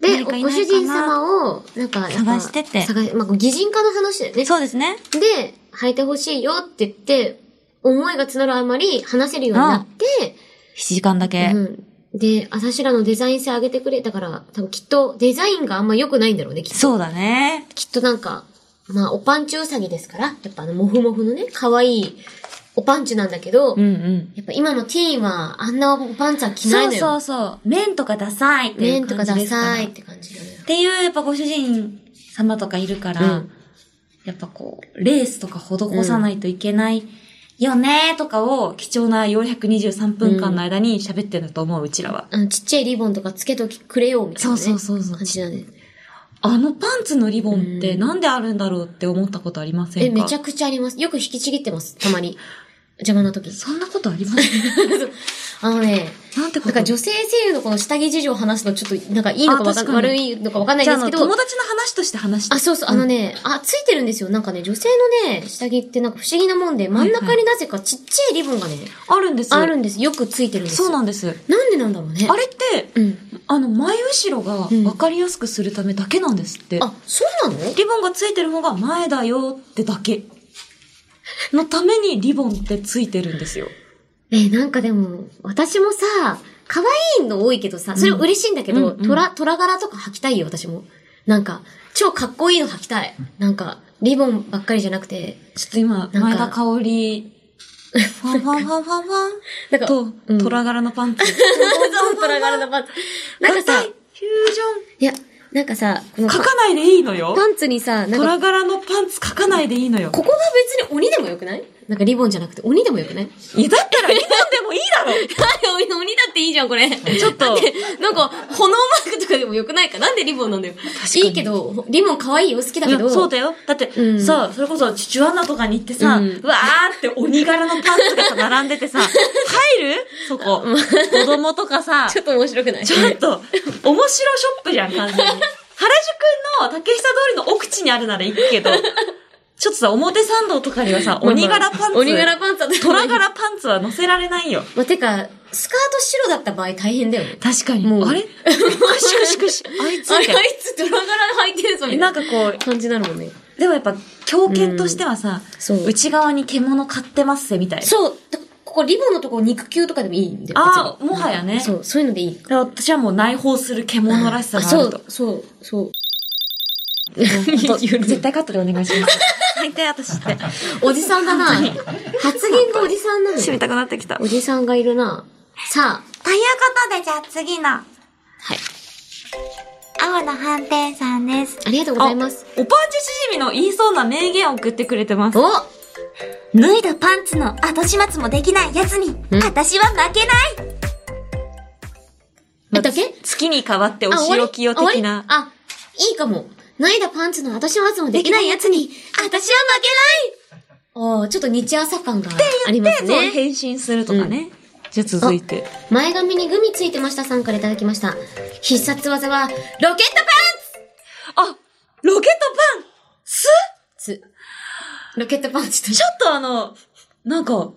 で、何おかいごないかな主人様を、なんかやっぱ、探してて探しまあ、擬人化の話だよね。そうですね。で、履いてほしいよって言って、思いが募るあまり話せるようになって、 7時間だけ。うん。で、私らのデザイン性上げてくれ。だから、多分きっとデザインがあんま良くないんだろうね、きっと。そうだね。きっとなんか、まあ、おパンチウサギですから、やっぱあの、モフモフのね、可愛いおパンチなんだけど、うんうん。やっぱ今のティーンは、あんなおパンツは着ないそうのよ。そうそう。麺とかダサいっていう麺と感かじダですか、ね。サいって感じだねっ。ていう、やっぱご主人様とかいるから、うんやっぱこう、レースとか施さないといけないよねとかを、貴重な423分間の間に喋ってると思う、うちらは。あの、ちっちゃいリボンとかつけときくれよ、みたいな、ね。そうそうそうそう感じだね。あのパンツのリボンってうんなんであるんだろうって思ったことありませんかえ、めちゃくちゃあります。よく引きちぎってます、たまに。邪魔な時。そんなことありますあのね、 なんてこなんとか女性声優のこの下着事情を話すとちょっと、なんかいいのかわかあ確んかに悪いのかわかんないじでゃあ、あすの、けど。友達の話として話して。あ、そうそう、あのね、あ、ついてるんですよ。なんかね、女性のね、下着ってなんか不思議なもんで、真んはいは中いになぜかちっちゃいリボンがね、あるんですよ。あるんです。よくついてるんですよ。そうなんです。なんでなんだろうね。あれって、うん。あの、前後ろが分かりやすくするためだけなんですって。あ、そうなのリボンがついてる方が前だよってだけ。のためにリボンってついてるんですよ。え、なんかでも、私もさ、可愛いの多いけどさ、それ嬉しいんだけど、うんうん虎、虎柄とか履きたいよ、私も。なんか、超かっこいいの履きたい。なんか、リボンばっかりじゃなくて、ちょっと今、か前田香 織、ファンファンファンファンフなんか、ァンうんと、虎柄のパ ンツ。そう虎柄のパンツ。なんか合体、さフュージいや、なんかさ、このョン。書かないでいいのよ。パンツにさ、なんか、虎柄のパンツ書かないでいいのよ。ここが別に鬼でもよくないなんかリボンじゃなくて鬼でもよくないいや、だったらリボンでもいいだろ。 鬼の鬼だっていいじゃん、これ。ちょっと、なんか、炎マークとかでもよくないかなんでリボンなんだよ。いいけど、リボン可愛いよ、好きだ いけやど。そうだよ。だって、うんさ、それこそ、チュチュアナとかに行ってさ、うんわーって鬼柄のパンツがさ、並んでてさ、入るそこ。子供とかさ、ちょっと面白くないちょっと、面白ショップじゃん、完全に。原宿の竹下通りの奥地にあるなら行くけど、ちょっとさ、表参道とかにはさ、鬼柄パンツ、鬼柄パンツだった虎柄パンツは乗せられないよ。まあ、てか、スカート白だった場合大変だよね。確かに。もうあれくしくしくし。 あいつあみれ、たあいいつドラ柄履いてるぞ、みたいな。ななんかこう、感じなのもんね。でもやっぱ、狂犬としてはさ、そう。内側に獣買ってますせ、みたいな。そう、だからここリボンのとこ肉球とかでもいいんだよ。ああ、別にもはやね。そう、そういうのでいい。だから私はもう内包する獣らしさがあると。そう、そう、 そう。本当絶対カットでお願いします。大体私って、おじさんだな。発言がおじさんなの締めよ。たくなってきた。おじさんがいるな。さあ、。ということで、じゃあ次の。はい青の斑点さんです。ありがとうございます。おパンチしじみの言いそうな名言を送ってくれてます。お脱いだパンツの後始末もできない奴に、うん私は負けないえ、だけ月に変わっておあ、仕置きよ終わり的な。あ、いいかも。脱いだパンツの後始末もできないやつに、私は負けないおー、ちょっと日朝感がありますそう、ね。変身するとかね。じゃあ続いて。前髪にグミついてましたさんからいただきました。必殺技は、ロケットパンあ、ロケットパンすツロケットパンチとちょっとあの、なんか、うっか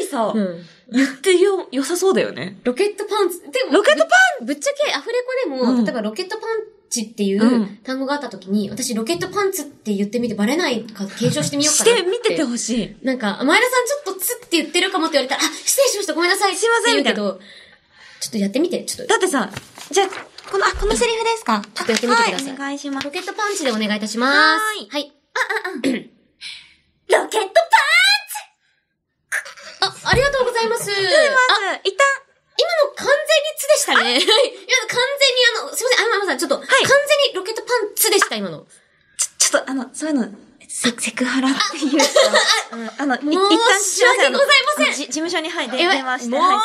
りさ、うん。言ってよ、良さそうだよね。ロケットパンツ、でも、ロケットパンぶっちゃけアフレコでも、うん例えばロケットパンチっていううん単語があった時に、私ロケットパンツって言ってみてバレないか検証してみようしかなってて。見ててほしい。なんか、前田さんちょっとつって言ってるかもって言われたら、あ、失礼しました、ごめんなさい。すいませんって言うけど、ちょっとやってみて、ちょっと。だってさ、じゃあ、この、あ、このセリフですかちょっとやってみてくださいはい、お願いしますロ。ケットパンチでお願いいたします。はーいはい。ロケットあ、ありがとうございます。あまず、一旦、今の完全につでしたね。はい。いや、完全にあの、すいません、あ、ままさん、ちょっと、完全にロケットパンツでした、今の。ちょっと、あの、そういうの、セセクハラっていうか、うんあの、い一旦、申し訳ございませんあのじ事務所に、はい、でやばい電話して、申はい、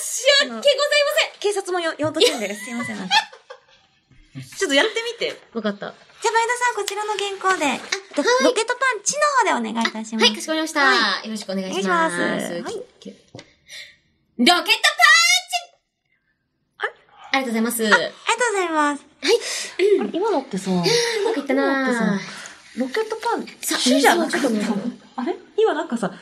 すいません。し訳ございませ警察もよ呼んとくんで、すい ません、なんか。ちょっとやってみて。ん。わかった。じゃあ、前田さん、こちらの原稿で、ロケットパンチの方でお願いいたします。はい、かしこまりました。よろしくお願いします。お願いしますはいロケットパンチありがとうございます。ありがとうございます。はい。今のってさ、うまくいったなぁ。ロケットパンチ、さチュじゃなかった水をちょっと飲あれ今なんかさ、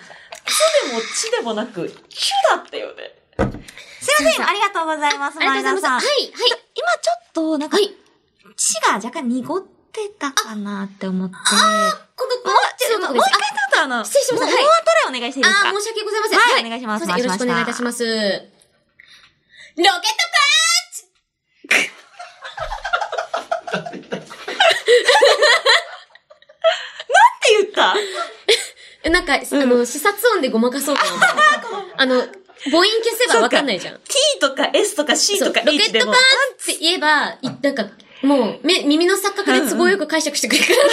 チでもチでもなく、チュだったよね。すいません、ありがとうございます、ありがとうござい前田ます。さはん。い、は今ちょっと、なんか、い、はい。血が若干濁ってたかなって思って。この、こもうの、ちょっと、もう一回ちょっとあの、失礼しましたもうはいもう後でお願いしていいですかああー、申し訳ございません。はいお願いしますいせんよろしくお願いいたします。ロケットパンチえなんか、あの、視察音でごまかそうかなと 思った。あの、母音消せばわかんないじゃん。 T とか S とか C そうとかロケ H ッでトパもン。って言えば、いなんか、もう、め、耳の錯覚で都合よく解釈してくれるから。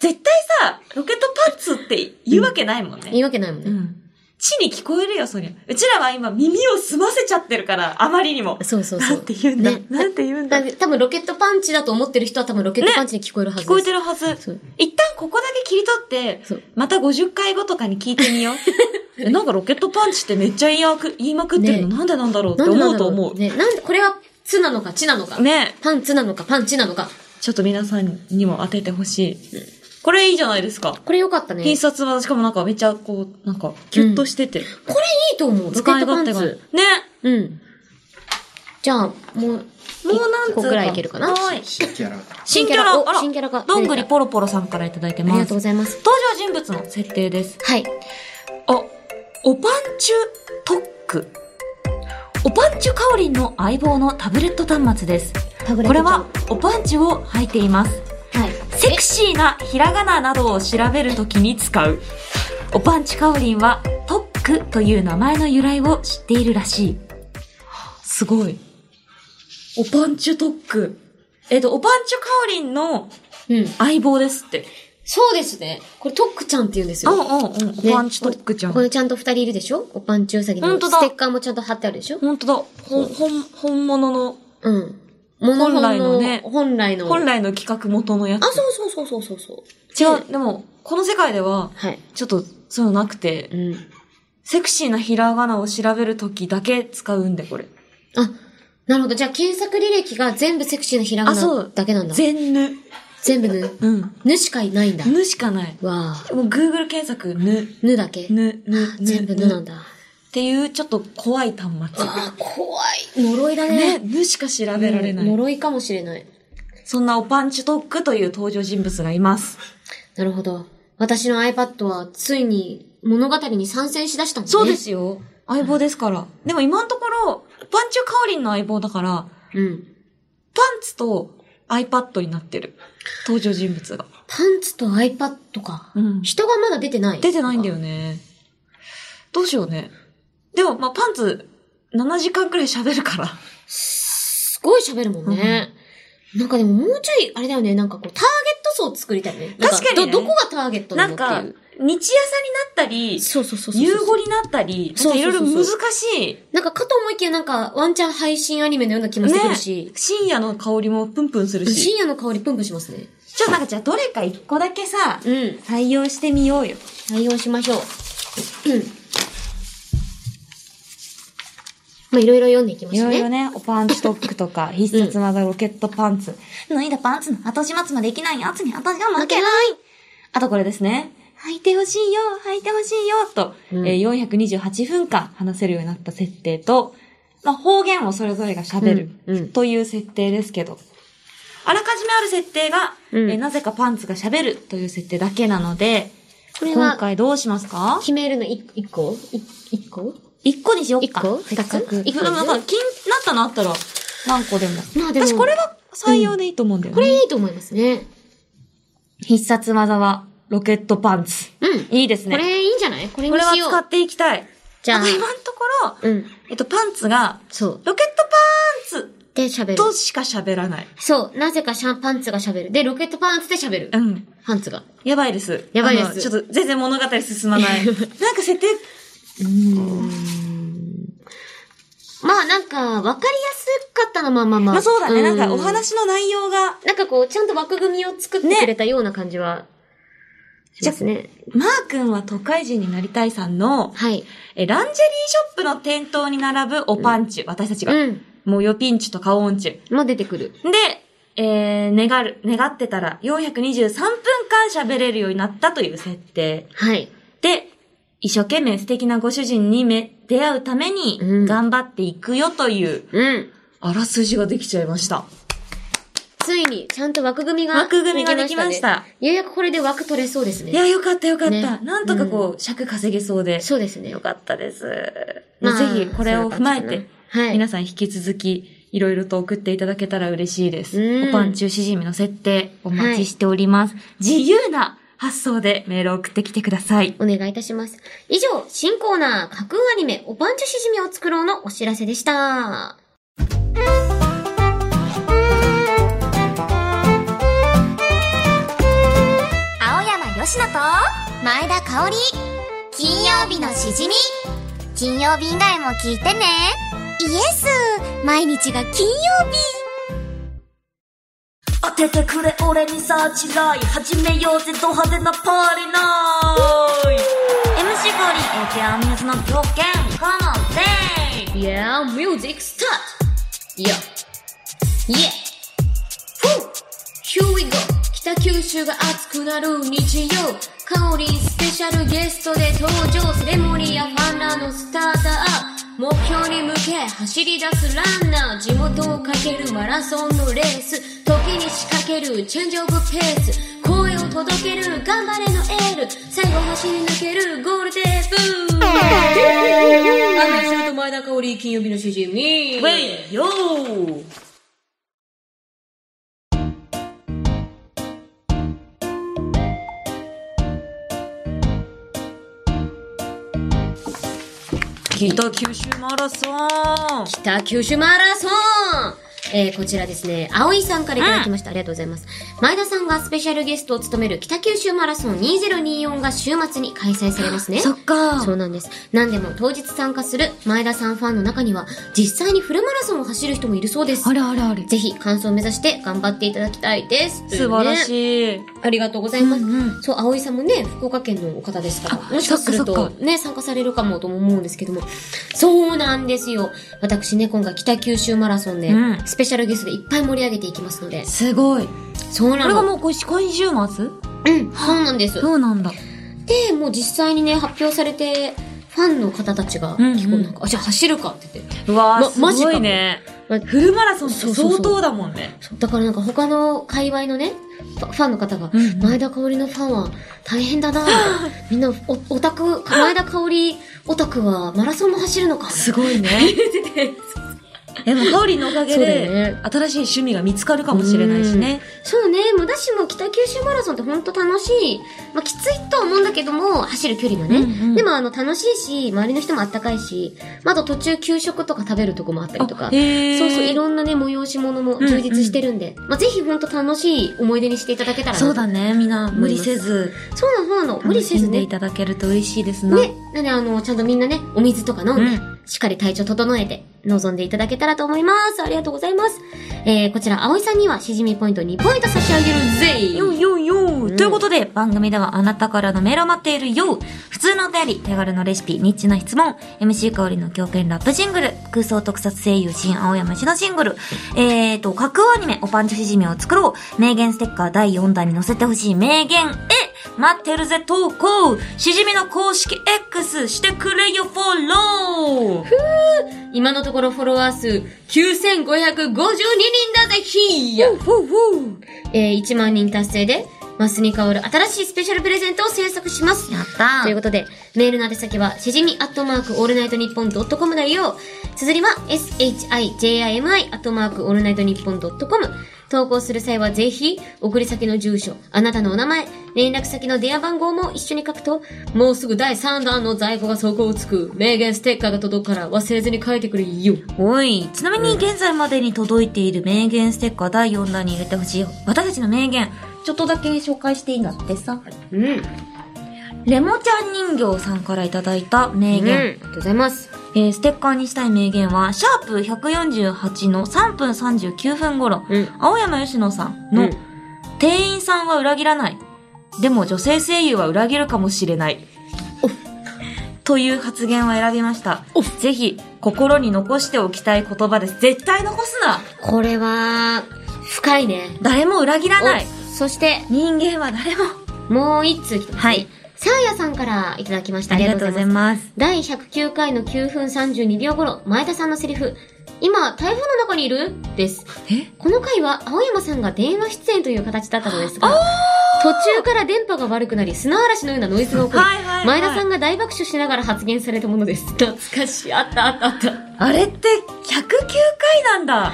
絶対さ、ロケットパンツって言うわけ ないもんね。言うわけないもんうね。ん。地に聞こえるよ、そりゃ。うちらは今耳を澄ませちゃってるから、あまりにも。そうそうそう。なんて言うんだ。ねなんて言うんだ。だ聞多分ロケットパンチだと思ってる人は多分ロケットパンチに聞こえるはずです。こえてるはずそう。一旦ここだけ切り取っそてう、また50回後とかに聞いてみよう え。なんかロケットパンチってめっちゃ言いまく言いまくってるの、ねなんでなんだろうってなんでな思んうだとろ思う。ね、なんで、これは、ツなのか、チなのか。ねパンツなのか、パンチなのか。ちょっと皆さんにも当ててほしい。これいいじゃないですか。これよかったね。必殺技、しかもなんかめっちゃこう、なんか、キュッとしてて。これいいと思う。ロケ使ッいトパ勝ン手が。ねツ。。うん。じゃあ、もう、もう何個ぐらいいけるかな。はい。新規現れた。新キャラ、おあら新キャラが。どんぐりあぽろぽろさんからいただいてりまがすとうご。ざいます。登場人物の設定です。はい。あ、おぱんちゅトック。おぱんちゅかおりんの相棒のタブレット端末です。これは、おぱんちゅを履いています。はい。セクシーなひらがななどを調べるときに使う。おぱんちゅかおりんは、トックという名前の由来を知っているらしい。すごい。おパンチュトック。えっと、おパンチュカオリンのうん。相棒ですって。そうですね。これ、トックちゃんって言うんですうんうよ。んうん。おねパンチュトックちゃん。これちゃんと二人いるでしょおパンチウサギのほんとだステッカーもちゃんと貼ってあるでしょ本当だ。ほん、ほん、本物の、うん。もの本来のね本来の。本来の企画元のやあ、つ。そうそうそうそうそうそう。違う、でも、この世界では、はい。ちょっと、そういうのなくてう、ん。セクシーなひらがなを調べるときだけ使うんで、これ。あ、なるほど。じゃあ検索履歴が全部セクシーなひらがあそうなだけなんだ。全ぬ。全部ぬ。うん。ぬしかいないんだ。ぬしかない。わあ。もう Google 検索、ぬ、ぬだけ。ぬ、ぬ、ぬ全部ぬなんっだ。ていう、ちょっと怖い端あ、怖い。呪いだ末。ね、ね。ぬしか調べられない。呪いかもしれない。そんなおパンチトックという登場人物がいます。なるほど。私の iPad はついに物語に参戦しだしたんだね。そうで。すよ。相棒ですから。でも今のところ、パンチュカオリンの相棒だから、うん。パンツと iPad になってる。登場人物が。パンツと iPad か。うん人がまだ出てない。出てないんだよね。どうしようね。でも、まあ、パンツ、7時間くらい喋るから。すごい喋るもんね。なんかでももうちょい、あれだよね、なんかこう、ターゲット層を作りたいね。なん確かにねど、どこがターゲット ななのんっていう。か、日朝になったり、そうそうそうそうそう。夕語になったり、なんそうかそういそろういそろう難しい。なんかかと思いきやなんか、ワンチャン配信アニメのような気もしてくるしね。、深夜の香りもプンプンするし。深夜の香りプンプンしますね。じゃあなんかじゃあどれか一個だけさ、うん。採用してみようよ。採用しましょう。うんまあ、いろいろ読んでいきまいしょうろね。いろね、おパンチトックと か、必殺技ロケットパンツ。脱いだパンツの後始末もできないやつに私が負けない。あとこれですね。履いてほしいよ、履いてほしいよ、と、うんえー428分間話せるようになった設定と、まあ、方言をそれぞれが喋る、うんうんという設定ですけど、あらかじめある設定が、うんえーなぜかパンツが喋るという設定だけなので、これ今は、回どうしますか決めるの一一個い一個一個にしよっか。一個せっかく。二つ一個でもなんか気になったのあったら、何個でも。まあでも私これは採用でいいと思うんだよこね。れいいと思いますね。必殺技は、ロケットパンツ。うん。いいですこね。れいいんじゃないこれこにれはしよう。使っていきたい。じゃあなんか今のところ、うん。えっと、パンツが、そう。ロケットパンツで喋る。としか喋らない。そう。なぜかシャンパンツが喋る。で、ロケットパンツで喋る。うん。パンツが。やばいです。やばいですあのちょっと全然物語進ま ない。なんか設定、まあなんか、わかりやすかったのまあまあまあ。まあそうだね。なんかお話話の内容が、なんかこう、ちゃんと枠組みを作ってくれたような感じは、しますね。マー君は都会人になりたいさんの、はい。え、ランジェリーショップの店頭に並ぶおパンチ、私たちが。うん。もうよピンチと顔音チもう出てくる。で、えー、願る、願ってたら、423分間喋れるようになったという設定。はい。で、一生懸命素敵なご主人にめ出会うためにうん、頑張っていくよという、うん。あらすじができちゃいました。ついに、ちゃんと枠組みが、枠組みができましたできまねようやくこれで枠取れそうですいね。や、よかったよかった。ねなんとかこう、尺稼げそうで。そうですね。よかったです。まあぜひ、これを踏まえそういてう感じ、かなはい皆さん引き続き、いろいろと送っていただけたら嬉しいです。うんおパン中しじみの設定、お待ちしております。自由な発送でメールを送ってきてください。お願いいたします。以上、新コーナー、架空アニメ、おぱんちゅしじみを作ろうのお知らせでした。青山吉野と前田香織金曜日のしじみ金曜日以外も聞いてねイエス毎日が金曜日当ててくれ俺にサーチライ始めようぜド派手なパーリーナイ MC 香り AKR ミューズの条件このデイ Yeah, music start! Yeah! Yeah! Woo! Here we go! 北九州が熱くなる日曜カオリンスペシャルゲストで登場セレモニーやファンらのスターター目標に向け走り出すランナー地元をかけるマラソンのレース時に仕掛けるチェンジオブペース声を届ける頑張れのエール最後走り抜けるゴールテープ安藤と前田香織金曜日のしじみウェイヨー北九州マラソン北九州マラソンえー、こちらですね、葵さんからいただきました。ありがとうございます。前田さんがスペシャルゲストを務める北九州マラソン2024が週末に開催されますね。そっかそうなんです。何でも当日参加する前田さんファンの中には、実際にフルマラソンを走る人もいるそうです。あれあれあれぜひ、完走を目指して頑張っていただきたいです。素晴らい。しい。ありがとうございます。うんそう、葵さんもね、福岡県のお方ですから、あもしかするそっかそとっね、参加されるかもとも思うんですけども、そうなんですよ。私ね、今回北九州マラソンで、うんスペシャルゲストでいっぱい盛り上げていきますので、すごいそうこなれがの。もうこれ今週末うん、そうなんです。そうなんだで、もう実際にね、発表されて、ファンの方たちが、うんうん結構なんか、あ、じゃあ走るかって言って。うわー、ますごいね。マジかもフルマラソンってそうそうそう相当だもんね。そうだからなんか他の界隈のね、ファファンの方が、うんうん前田香織のファンは大変 だなぁみんなお、オタク、前田香織オタクはマラソンも走るのか。すごいね。 でも、カオリのおかげそうだよでね、新しい趣味が見つかるかもしれないしね。そうね、無駄市も北九州マラソンってほんと楽しい。まあ、きついとは思うんだけども、走る距離がね。うんうんでも、あの、楽しいし、周りの人もあったかいし、まああと途中給食とか食べるとこもあったりとか。へーそうそう、いろんなね、催し物も充実してるんで、まあ、ぜひほんと楽しい思い出にしていただけたらなとそうだ。ねみんな無理せずそうなの、そうなの。無理せ楽しずんでねい。ただけると嬉しいですなね、なんであの、ちゃんとみんなね、お水とか飲んで、うしっかり体調整えて、臨んでいただけたらと思います。ありがとうございます。えー、こちら、葵さんには、しじみポイント2ポイント差し上げるぜよいよいよ、んということで、番組ではあなたからのメールを待っているよ普通のお便り、手軽のレシピ、ニッチな質問、MC 香りの狂犬ラップシングル、空想特撮声優新青山市のシングル、えーと、架空アニメ、おパンチしじみを作ろう、名言ステッカー第4弾に載せてほしい名言、え待ってるぜ投稿しじみの公式 X してくれよフォロー今のところフォロワー数9552人だぜひやえー、1万人達成で、マスに香る新しいスペシャルプレゼントを制作します。やったーということで、メールの宛先は、しじみアットマークオールナイトニッポンドットコムだよ。綴りは、shijimi アットマークオールナイトニッポンドットコム。投稿する際はぜひ、送り先の住所、あなたのお名前、連絡先の電話番号も一緒に書くと、もうすぐ第3弾の在庫が底をつく、名言ステッカーが届くから忘れずに書いてくれよ。おい、ちなみに現在までに届いている名言ステッカー第4弾に入れてほしい私たちの名言、ちょっとだけ紹介していいんだってさ。うん。レモちゃん人形さんからいただいた名うん。あり言、がとうございます。えーステッカーにしたい名言は、シャープ148の3分39分頃、うん青山吉野さんうのん、店員さんは裏切らない。でも女性声優は裏切るかもしれない。という発言を選びました。ぜひ、心に残しておきたい言葉です。絶対残すなこれは、深いね。誰も裏切らないおそして、人間は誰ももう一通来てます、ね。はい。サーヤさんからいただきました。ありがとうございす。ます第109回の9分32秒頃、前田さんのセリフ、今、台風の中にいるです。えこの回は、青山さんが電話出演という形だったのですが、途中から電波が悪くなり、砂嵐のようなノイズが起こり、はいはいはい前田さんが大爆笑しながら発言されたものです。懐かしい。あったあったあった。あれって109回なんだ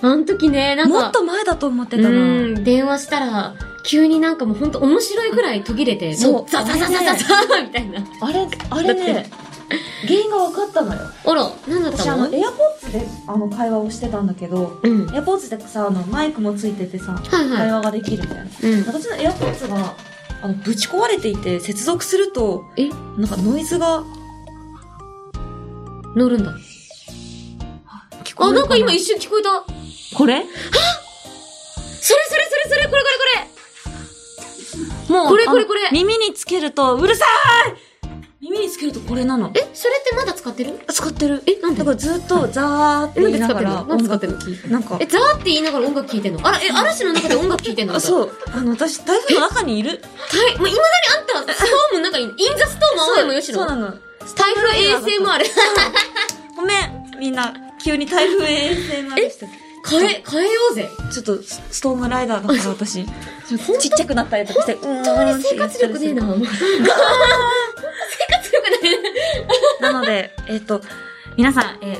あの時ね、なんか、もっと前だと思ってたう、なん電話したら、急になんかもうほんと面白いくらい途切れて、そうもうザザザザザザーみたいな。あれ、あれだっね、原因が分かったのよ。あら、なんだっ私たあののエアポッツであの会話をしてたんだけどうん。エアポッツでさあのマイクもついててさはい会は話ができるみたいな、い。うん。私のエアポッツがあのぶち壊れていて接続するとえなんかノイズが乗るんだ。聞こえあ、るななんか今一瞬聞こえた。これそれそれそれそれ、これこれこもこれこれあのこれ耳につけるとうるさい耳につけるとこれなのれ。え、それってまだ使ってる使ってるえ、なんでだからずっとザーって言いながらなんで音使ってる楽の聴いてなんかえ、ザーって言いながら音楽聴いてんのあら、え、嵐の中で音楽聴いてんの あう。そうあの私台風の中にいるはい。もう未だにあんた、ストームの中に、インザストーム青山よしそうの。なの台風 ASMR。ごめんみんな急に台風 ASMR でした変え、変えようぜ。ちょっとスストームライダーだから私 ちょっとちっちゃくなったりとかして本本当に生活力ねえな。もう 生活力ねなのでえっ、と皆さんえっ、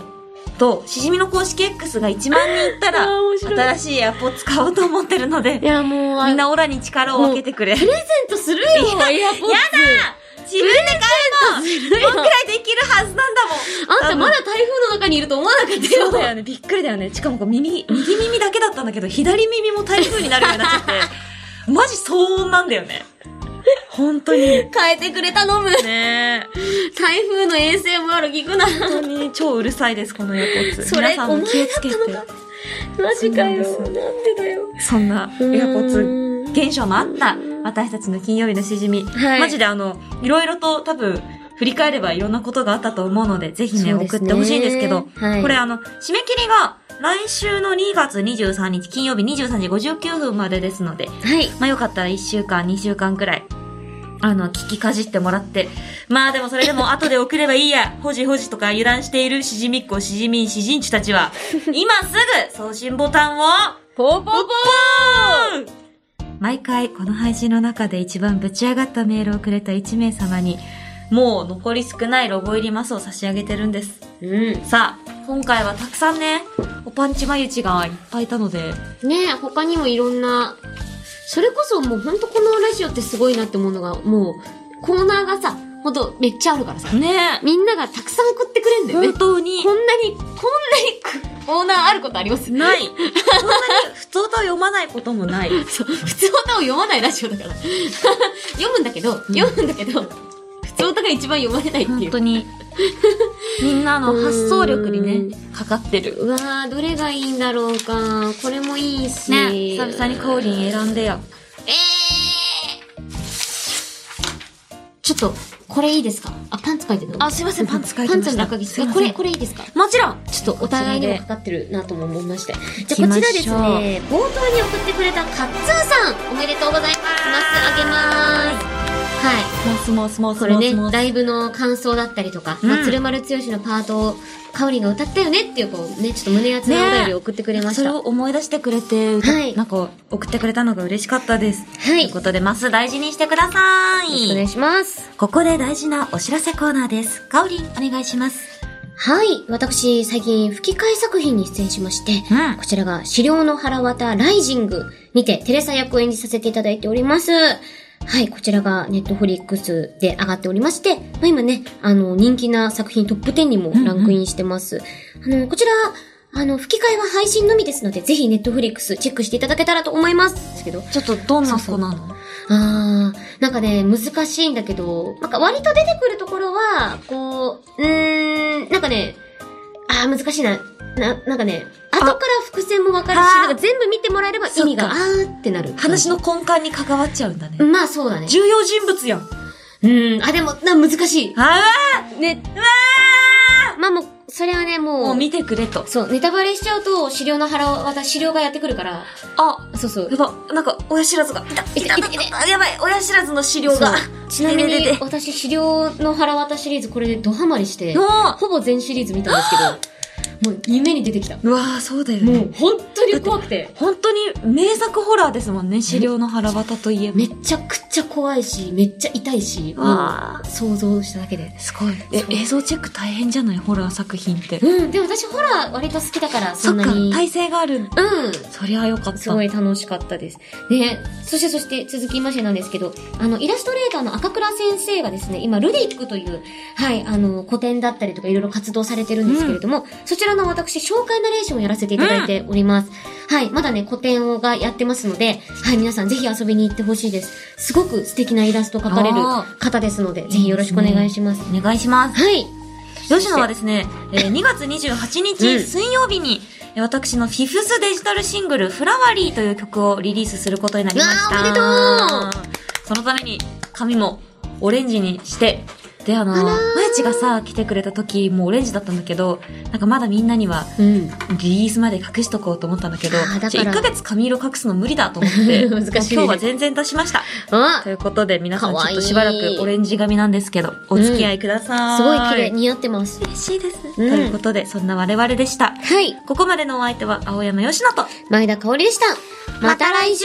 としじみの公式 X が1万人いったら新しいエアポッツ買おうと思ってるのでえ。いや、もう、みんなオラに力を分けてくれ プレゼントするよ、エアポッツ。や自分で 買うのよどんくらいできるはずなんだもんあんたまだ台風の中にいると思わなかったそうよ。だよね、びっくりだよね。しかもこう右、右耳だけだったんだけど、左耳も台風になるようになっちゃって、マジ騒音なんだよね。本当に。ね変えてくれ頼む。え。台風の ASMR 聞くな。本当に超うるさいです、このエアポッツ。それ皆さんも気をつけて。マジかよ。そうななんでだよ。そんなエアポッツツ。現象もあった、私たちの金曜日のしじみ。はいマジであの、いろいろと多分、振り返ればいろんなことがあったと思うので、ぜひね、そうですね送ってほしいんですけど、はいこれあの、締め切りが来週の2月23日金曜日23時59分までですので、はい。まあよかったら1週間、2週間くらい、あの、聞きかじってもらって。まあでもそれで も後で送ればいいや。ほじほじとか油断しているしじみっこ、しじみん、しじんちゅたち は、今すぐ送信ボタンを、ポーポーポー毎回この配信の中で一番ぶち上がったメールをくれた1名様に、もう残り少ないロゴ入りマスを差し上げてるんです。うん。さあ、今回はたくさんね、おパンチまゆちがいっぱいいたので、ねえ、他にもいろんな、それこそもうほんとこのラジオってすごいなって思うのが、もう、コーナーがさ、ほんとめっちゃあるからさ、ねみんながたくさん送ってくれんだよね本。当にこんなに、こんなにコーナーあることありますない。そんなに普通と読まないこともない。そう、普通歌を読まないラジオだから。 読むんだけど、読むんだけど、普通歌が一番読まれないってい本う当。に。みんなの発想力にねう、かかってる。うわー、どれがいいんだろうか。これもいいし。ね、久々にコーリン選んでよ。えー、ちょっと、これいいですかあ、パンツ書いてるのあ、すいません、 パンツ書いてパンまツしのた。中着すすいまこせんれ、これいいですかもちろんちょっとお互いにもかかってるなとも思いまして。じゃあこちらですね、冒頭に送ってくれたカッツーさん、おめでとうございます。あげます。はい。スモスモスモスこれモねスモ、ス。ライブの感想だったりとか、うんまあ鶴丸剛のパートを、かおりんが歌ったよねっていう、こう、ね、ちょっと胸熱なお便りを送ってくれましそた。れを思い出してくれて、歌はいなんか送ってくれたのが嬉しかったです。はいということで、マス大事にしてくださよろしくお願いい。します。ここで大事なお知らせコーナーです。かおりん、お願いします。はい。私、最近、吹き替え作品に出演しまして、うんこちらが、資料の腹渡ライジングにて、テレサ役を演じさせていただいております。はい、こちらがネットフリックスで上がっておりまして、まあ、今ね、あの、人気な作品トップ10にもランクインしてます。あの、こちら、あの、吹き替えは配信のみですので、ぜひネットフリックスチェックしていただけたらと思います。ですけど、ちょっとどんな子そうそなのあー、なんかね、難しいんだけど、なんか割と出てくるところは、こう、うーん、なんかね、あー、難しいな。な、なんかね、後から伏線もわかるし、あーなんか全部見てもらえれば意味が、あそーってなる。話の根幹に関わっちゃうんだね。まあそうだね。重要人物やん。うん、あ、でも、な、難しあい。ね、わまあもう、それはね、ーももうう、見てくれと。そう、ネタバレしちゃうと、資料の腹を、また資料がやってくるから、あ、そうそうや。ば、なんか、親知らずが、いた、いた、いた、いた、やばい、親知らずの資料がそう。ちなみ出てに出、て私、資料の腹渡シリーズ、これでドハマりして、のほぼ全シリーズ見たんですけど、もう夢に出てきた。 うわー、そうだよもね。う本当に怖くて。本当に名作ホラーですもんね、資料の腹渡といえば。めちゃくちゃ怖いし、めっちゃ痛いし、もわう想像しただけで。すごい。え、映像チェック大変じゃないホラー作品って。うん、でも私ホラー割と好きだから、そそんっなか、に。体勢がある。うん。そりゃよかった。すごい楽しかったです。ね、そしてそして続きましてなんですけど、あの、イラストレーターの赤倉先生がですね、今、ルディックという、はい、あの、古典だったりとかいろいろ活動されてるんですけれども、そちらの私、紹介ナレーションをやらせていただいております。はい、まだね、古典をがやってますので、はい、皆さんぜひ遊びに行ってほしいです。すごく素敵なイラスト描かれるあ方ですので、ぜひよろしくお願いします。お願いします。はい、吉野はですね、えー2月28 うん日水曜日に、えー私のフィフスデジタルシングル、フラワリーという曲をリリースすることになりました。わあおめでそのために、髪もオレンジにして、で、あの、まやちがさ、来てくれた時、もうオレンジだったんだけど、なんかまだみんなには、うん。リリースまで隠しとこうと思ったんだけどあーだか、らちょ1ヶ月髪色隠すの無理だと思って 、難しいねもう今日は全然出しました。あということで、皆さんちかょわいいっとしばらくオレンジ髪なんですけど、お付き合いください。すごい綺麗、似合ってます。嬉しいです。うんということで、そんな我々でした。はい。ここまでのお相手は、青山よしのと、前田香織でした。また来週